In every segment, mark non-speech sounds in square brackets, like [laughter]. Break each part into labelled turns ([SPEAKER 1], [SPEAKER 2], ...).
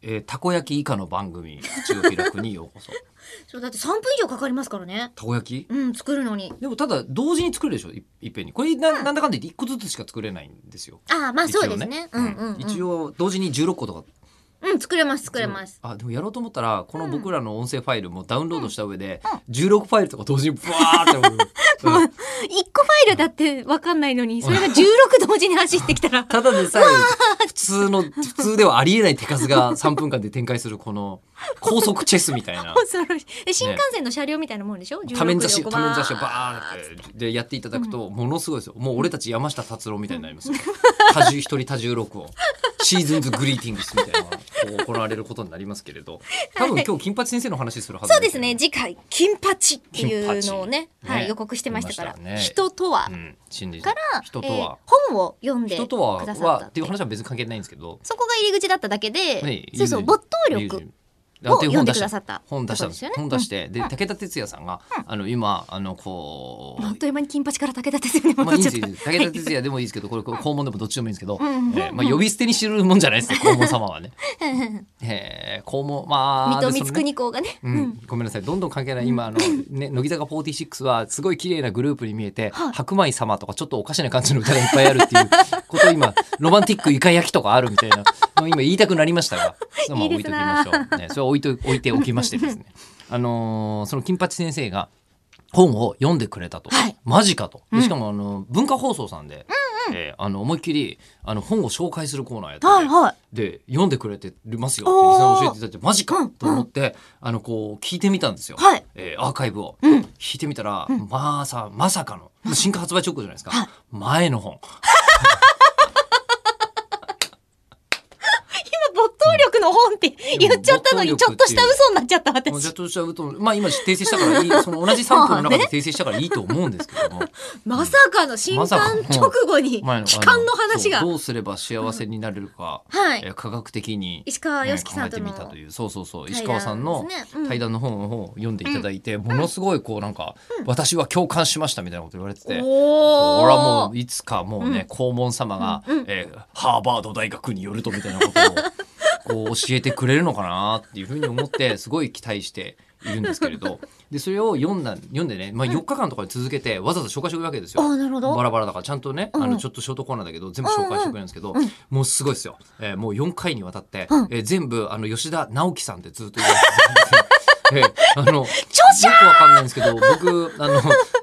[SPEAKER 1] えーたこ焼き以下の番組、口を開くにようこ
[SPEAKER 2] [laughs]
[SPEAKER 1] そ。
[SPEAKER 2] そうだって3分以上かかりますからね
[SPEAKER 1] たこ焼き
[SPEAKER 2] うん作るのに
[SPEAKER 1] でもただ、同時に作るでしょいいっぺんに。これな、なんだかんだ言って1個ずつしか作れないんですよ。
[SPEAKER 2] ああまあそうですねうんうん、うん、
[SPEAKER 1] 一応、同時に16個とか。
[SPEAKER 2] うん作れます作れます
[SPEAKER 1] あ、でもやろうと思ったら、この僕らの音声ファイルもダウンロードした上で
[SPEAKER 2] うん、
[SPEAKER 1] 16ファイルとか同時にブワー
[SPEAKER 2] [laughs]
[SPEAKER 1] って。うん
[SPEAKER 2] 一個ファイルだってわかんないのにそれが16同時に走ってきたら
[SPEAKER 1] ただでさえ普通の普通ではありえない手数が3分間で展開するこの高速チェスみ
[SPEAKER 2] [laughs]
[SPEAKER 1] たいな
[SPEAKER 2] [laughs] 恐ろしいえ新幹線の車両みたいなもんでしょ、
[SPEAKER 1] 多面差し
[SPEAKER 2] 16
[SPEAKER 1] 多
[SPEAKER 2] 横
[SPEAKER 1] 面差しをバーンってでやっていただくとものすごいですよもう俺たち山下達郎みたいになりますよ多重一人多重六をシーズンズグリーティングスみたいなのがこう行われることになりますけれど多分今日金八先生の話するはず
[SPEAKER 2] そうですね次回金八っていうのをね
[SPEAKER 1] 金八
[SPEAKER 2] はい、
[SPEAKER 1] ね
[SPEAKER 2] 予告してましたから
[SPEAKER 1] 言いましたね
[SPEAKER 2] 人とは、
[SPEAKER 1] うん真実
[SPEAKER 2] から
[SPEAKER 1] 人とは
[SPEAKER 2] えー本を読んで
[SPEAKER 1] 人とは
[SPEAKER 2] くださった
[SPEAKER 1] はっていう話は別に関係ないんですけど
[SPEAKER 2] そこが入り口だっただけで、
[SPEAKER 1] はい
[SPEAKER 2] そうそう
[SPEAKER 1] 友人
[SPEAKER 2] 没頭力
[SPEAKER 1] あっていう
[SPEAKER 2] 読んで
[SPEAKER 1] 出
[SPEAKER 2] くださった
[SPEAKER 1] 本出したんです
[SPEAKER 2] そうですよね
[SPEAKER 1] 本出してで
[SPEAKER 2] うん
[SPEAKER 1] 武田鉄矢さんが、
[SPEAKER 2] うん
[SPEAKER 1] あの今あのこ
[SPEAKER 2] [laughs] あっ
[SPEAKER 1] う
[SPEAKER 2] という間に金八から武田鉄矢に
[SPEAKER 1] まあ
[SPEAKER 2] 戻
[SPEAKER 1] い
[SPEAKER 2] っ
[SPEAKER 1] いん
[SPEAKER 2] ち
[SPEAKER 1] で
[SPEAKER 2] ゃっ
[SPEAKER 1] す
[SPEAKER 2] た、
[SPEAKER 1] よいいです武田鉄矢でもいいですけどこれこれ肛門でもどっちでもいいんですけど、
[SPEAKER 2] うんうんうん
[SPEAKER 1] えーまあ、呼び捨てに知るもんじゃないですね肛門様はね、
[SPEAKER 2] [laughs] 水
[SPEAKER 1] えー、肛門まあ
[SPEAKER 2] 戸
[SPEAKER 1] でその
[SPEAKER 2] 光
[SPEAKER 1] ね
[SPEAKER 2] 圀公がね、
[SPEAKER 1] う
[SPEAKER 2] うん
[SPEAKER 1] ん、ごめんなさいどんどん関係ない今あの、ね、乃木坂46はすごい綺麗なグループに見えて「
[SPEAKER 2] はい
[SPEAKER 1] 白米様」とかちょっとおかしな感じの歌がいっぱいあるっていうことを今「ロマンティックイカ焼き」とかあるみたいなのを今言いたくなりました
[SPEAKER 2] [laughs]
[SPEAKER 1] がそれはまあ
[SPEAKER 2] いい
[SPEAKER 1] 置いとき
[SPEAKER 2] です
[SPEAKER 1] ま
[SPEAKER 2] な
[SPEAKER 1] しょう、ね、それは置いと置いておきましてですね、あのーその金八先生が本を読んでくれたと、
[SPEAKER 2] はい
[SPEAKER 1] マジかとで
[SPEAKER 2] うん
[SPEAKER 1] しかもあの文化放送さんで、えーあの思いっきりあの本を紹介するコーナーやってて、
[SPEAKER 2] はいはい
[SPEAKER 1] で読んでくれてますよって
[SPEAKER 2] おー
[SPEAKER 1] リスナー教えていただいてマジ
[SPEAKER 2] う
[SPEAKER 1] か
[SPEAKER 2] ん
[SPEAKER 1] と思って、あのこう聞いてみたんですよ、
[SPEAKER 2] はい
[SPEAKER 1] えーアーカイブを、
[SPEAKER 2] うん
[SPEAKER 1] 聞いてみたら、
[SPEAKER 2] ん
[SPEAKER 1] まあさまさかの新刊発売直後じゃないですか、
[SPEAKER 2] はい
[SPEAKER 1] 前の本
[SPEAKER 2] 今没頭力の本って言っちゃったのにちょっとした嘘になっちゃった私
[SPEAKER 1] じゃとしたうとまあ今訂正したからい
[SPEAKER 2] [laughs]
[SPEAKER 1] いその同じ3分の中で訂正したからいいと思うんですけども、
[SPEAKER 2] まさかの新刊直後に
[SPEAKER 1] 前の
[SPEAKER 2] 帰 [laughs] 還の話
[SPEAKER 1] あ
[SPEAKER 2] が
[SPEAKER 1] そうどうすれば幸せになれるか、
[SPEAKER 2] はい
[SPEAKER 1] えー科学的に、
[SPEAKER 2] 石川
[SPEAKER 1] ね
[SPEAKER 2] 良樹
[SPEAKER 1] 考
[SPEAKER 2] さ
[SPEAKER 1] え
[SPEAKER 2] んと
[SPEAKER 1] てみ
[SPEAKER 2] の
[SPEAKER 1] たというそうそうそう石川さんの
[SPEAKER 2] 対談ですねうん
[SPEAKER 1] 対談の本を読んでいただいて、ものすごいこうなんか、私は共感しましたみたいなこと言われてて。
[SPEAKER 2] おー
[SPEAKER 1] 俺はもういつかもうね、
[SPEAKER 2] うん
[SPEAKER 1] 黄門様が、
[SPEAKER 2] うんうん
[SPEAKER 1] えーハーバード大学によるとみたいなこと
[SPEAKER 2] [laughs]
[SPEAKER 1] をこう教えてくれるのかなっていうふうに思ってすごい期待しているんですけれどでそれを読んだ読んでね、まあ、4日間とかで続けてわざわざ紹介してくれるわけですよ。
[SPEAKER 2] あなるほど
[SPEAKER 1] バラバラだからちゃんとね、
[SPEAKER 2] うん
[SPEAKER 1] あのちょっとショートコーナーだけど全部紹介してくれるんですけど、
[SPEAKER 2] んうん
[SPEAKER 1] もうすごいですよ、えーもう4回にわたって、
[SPEAKER 2] うん
[SPEAKER 1] えー全部あの吉田直樹さんってずっと言われてるんです [laughs] よえーあのよくわかんないんですけど僕あの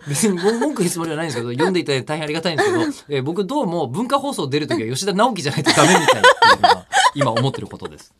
[SPEAKER 1] 別に文句言うつもりはないんですけど読んでいただいて大変ありがたいんですけど、えー僕どうも文化放送出るときは吉田直樹じゃないとダメみたいなっていうのが今思ってることです。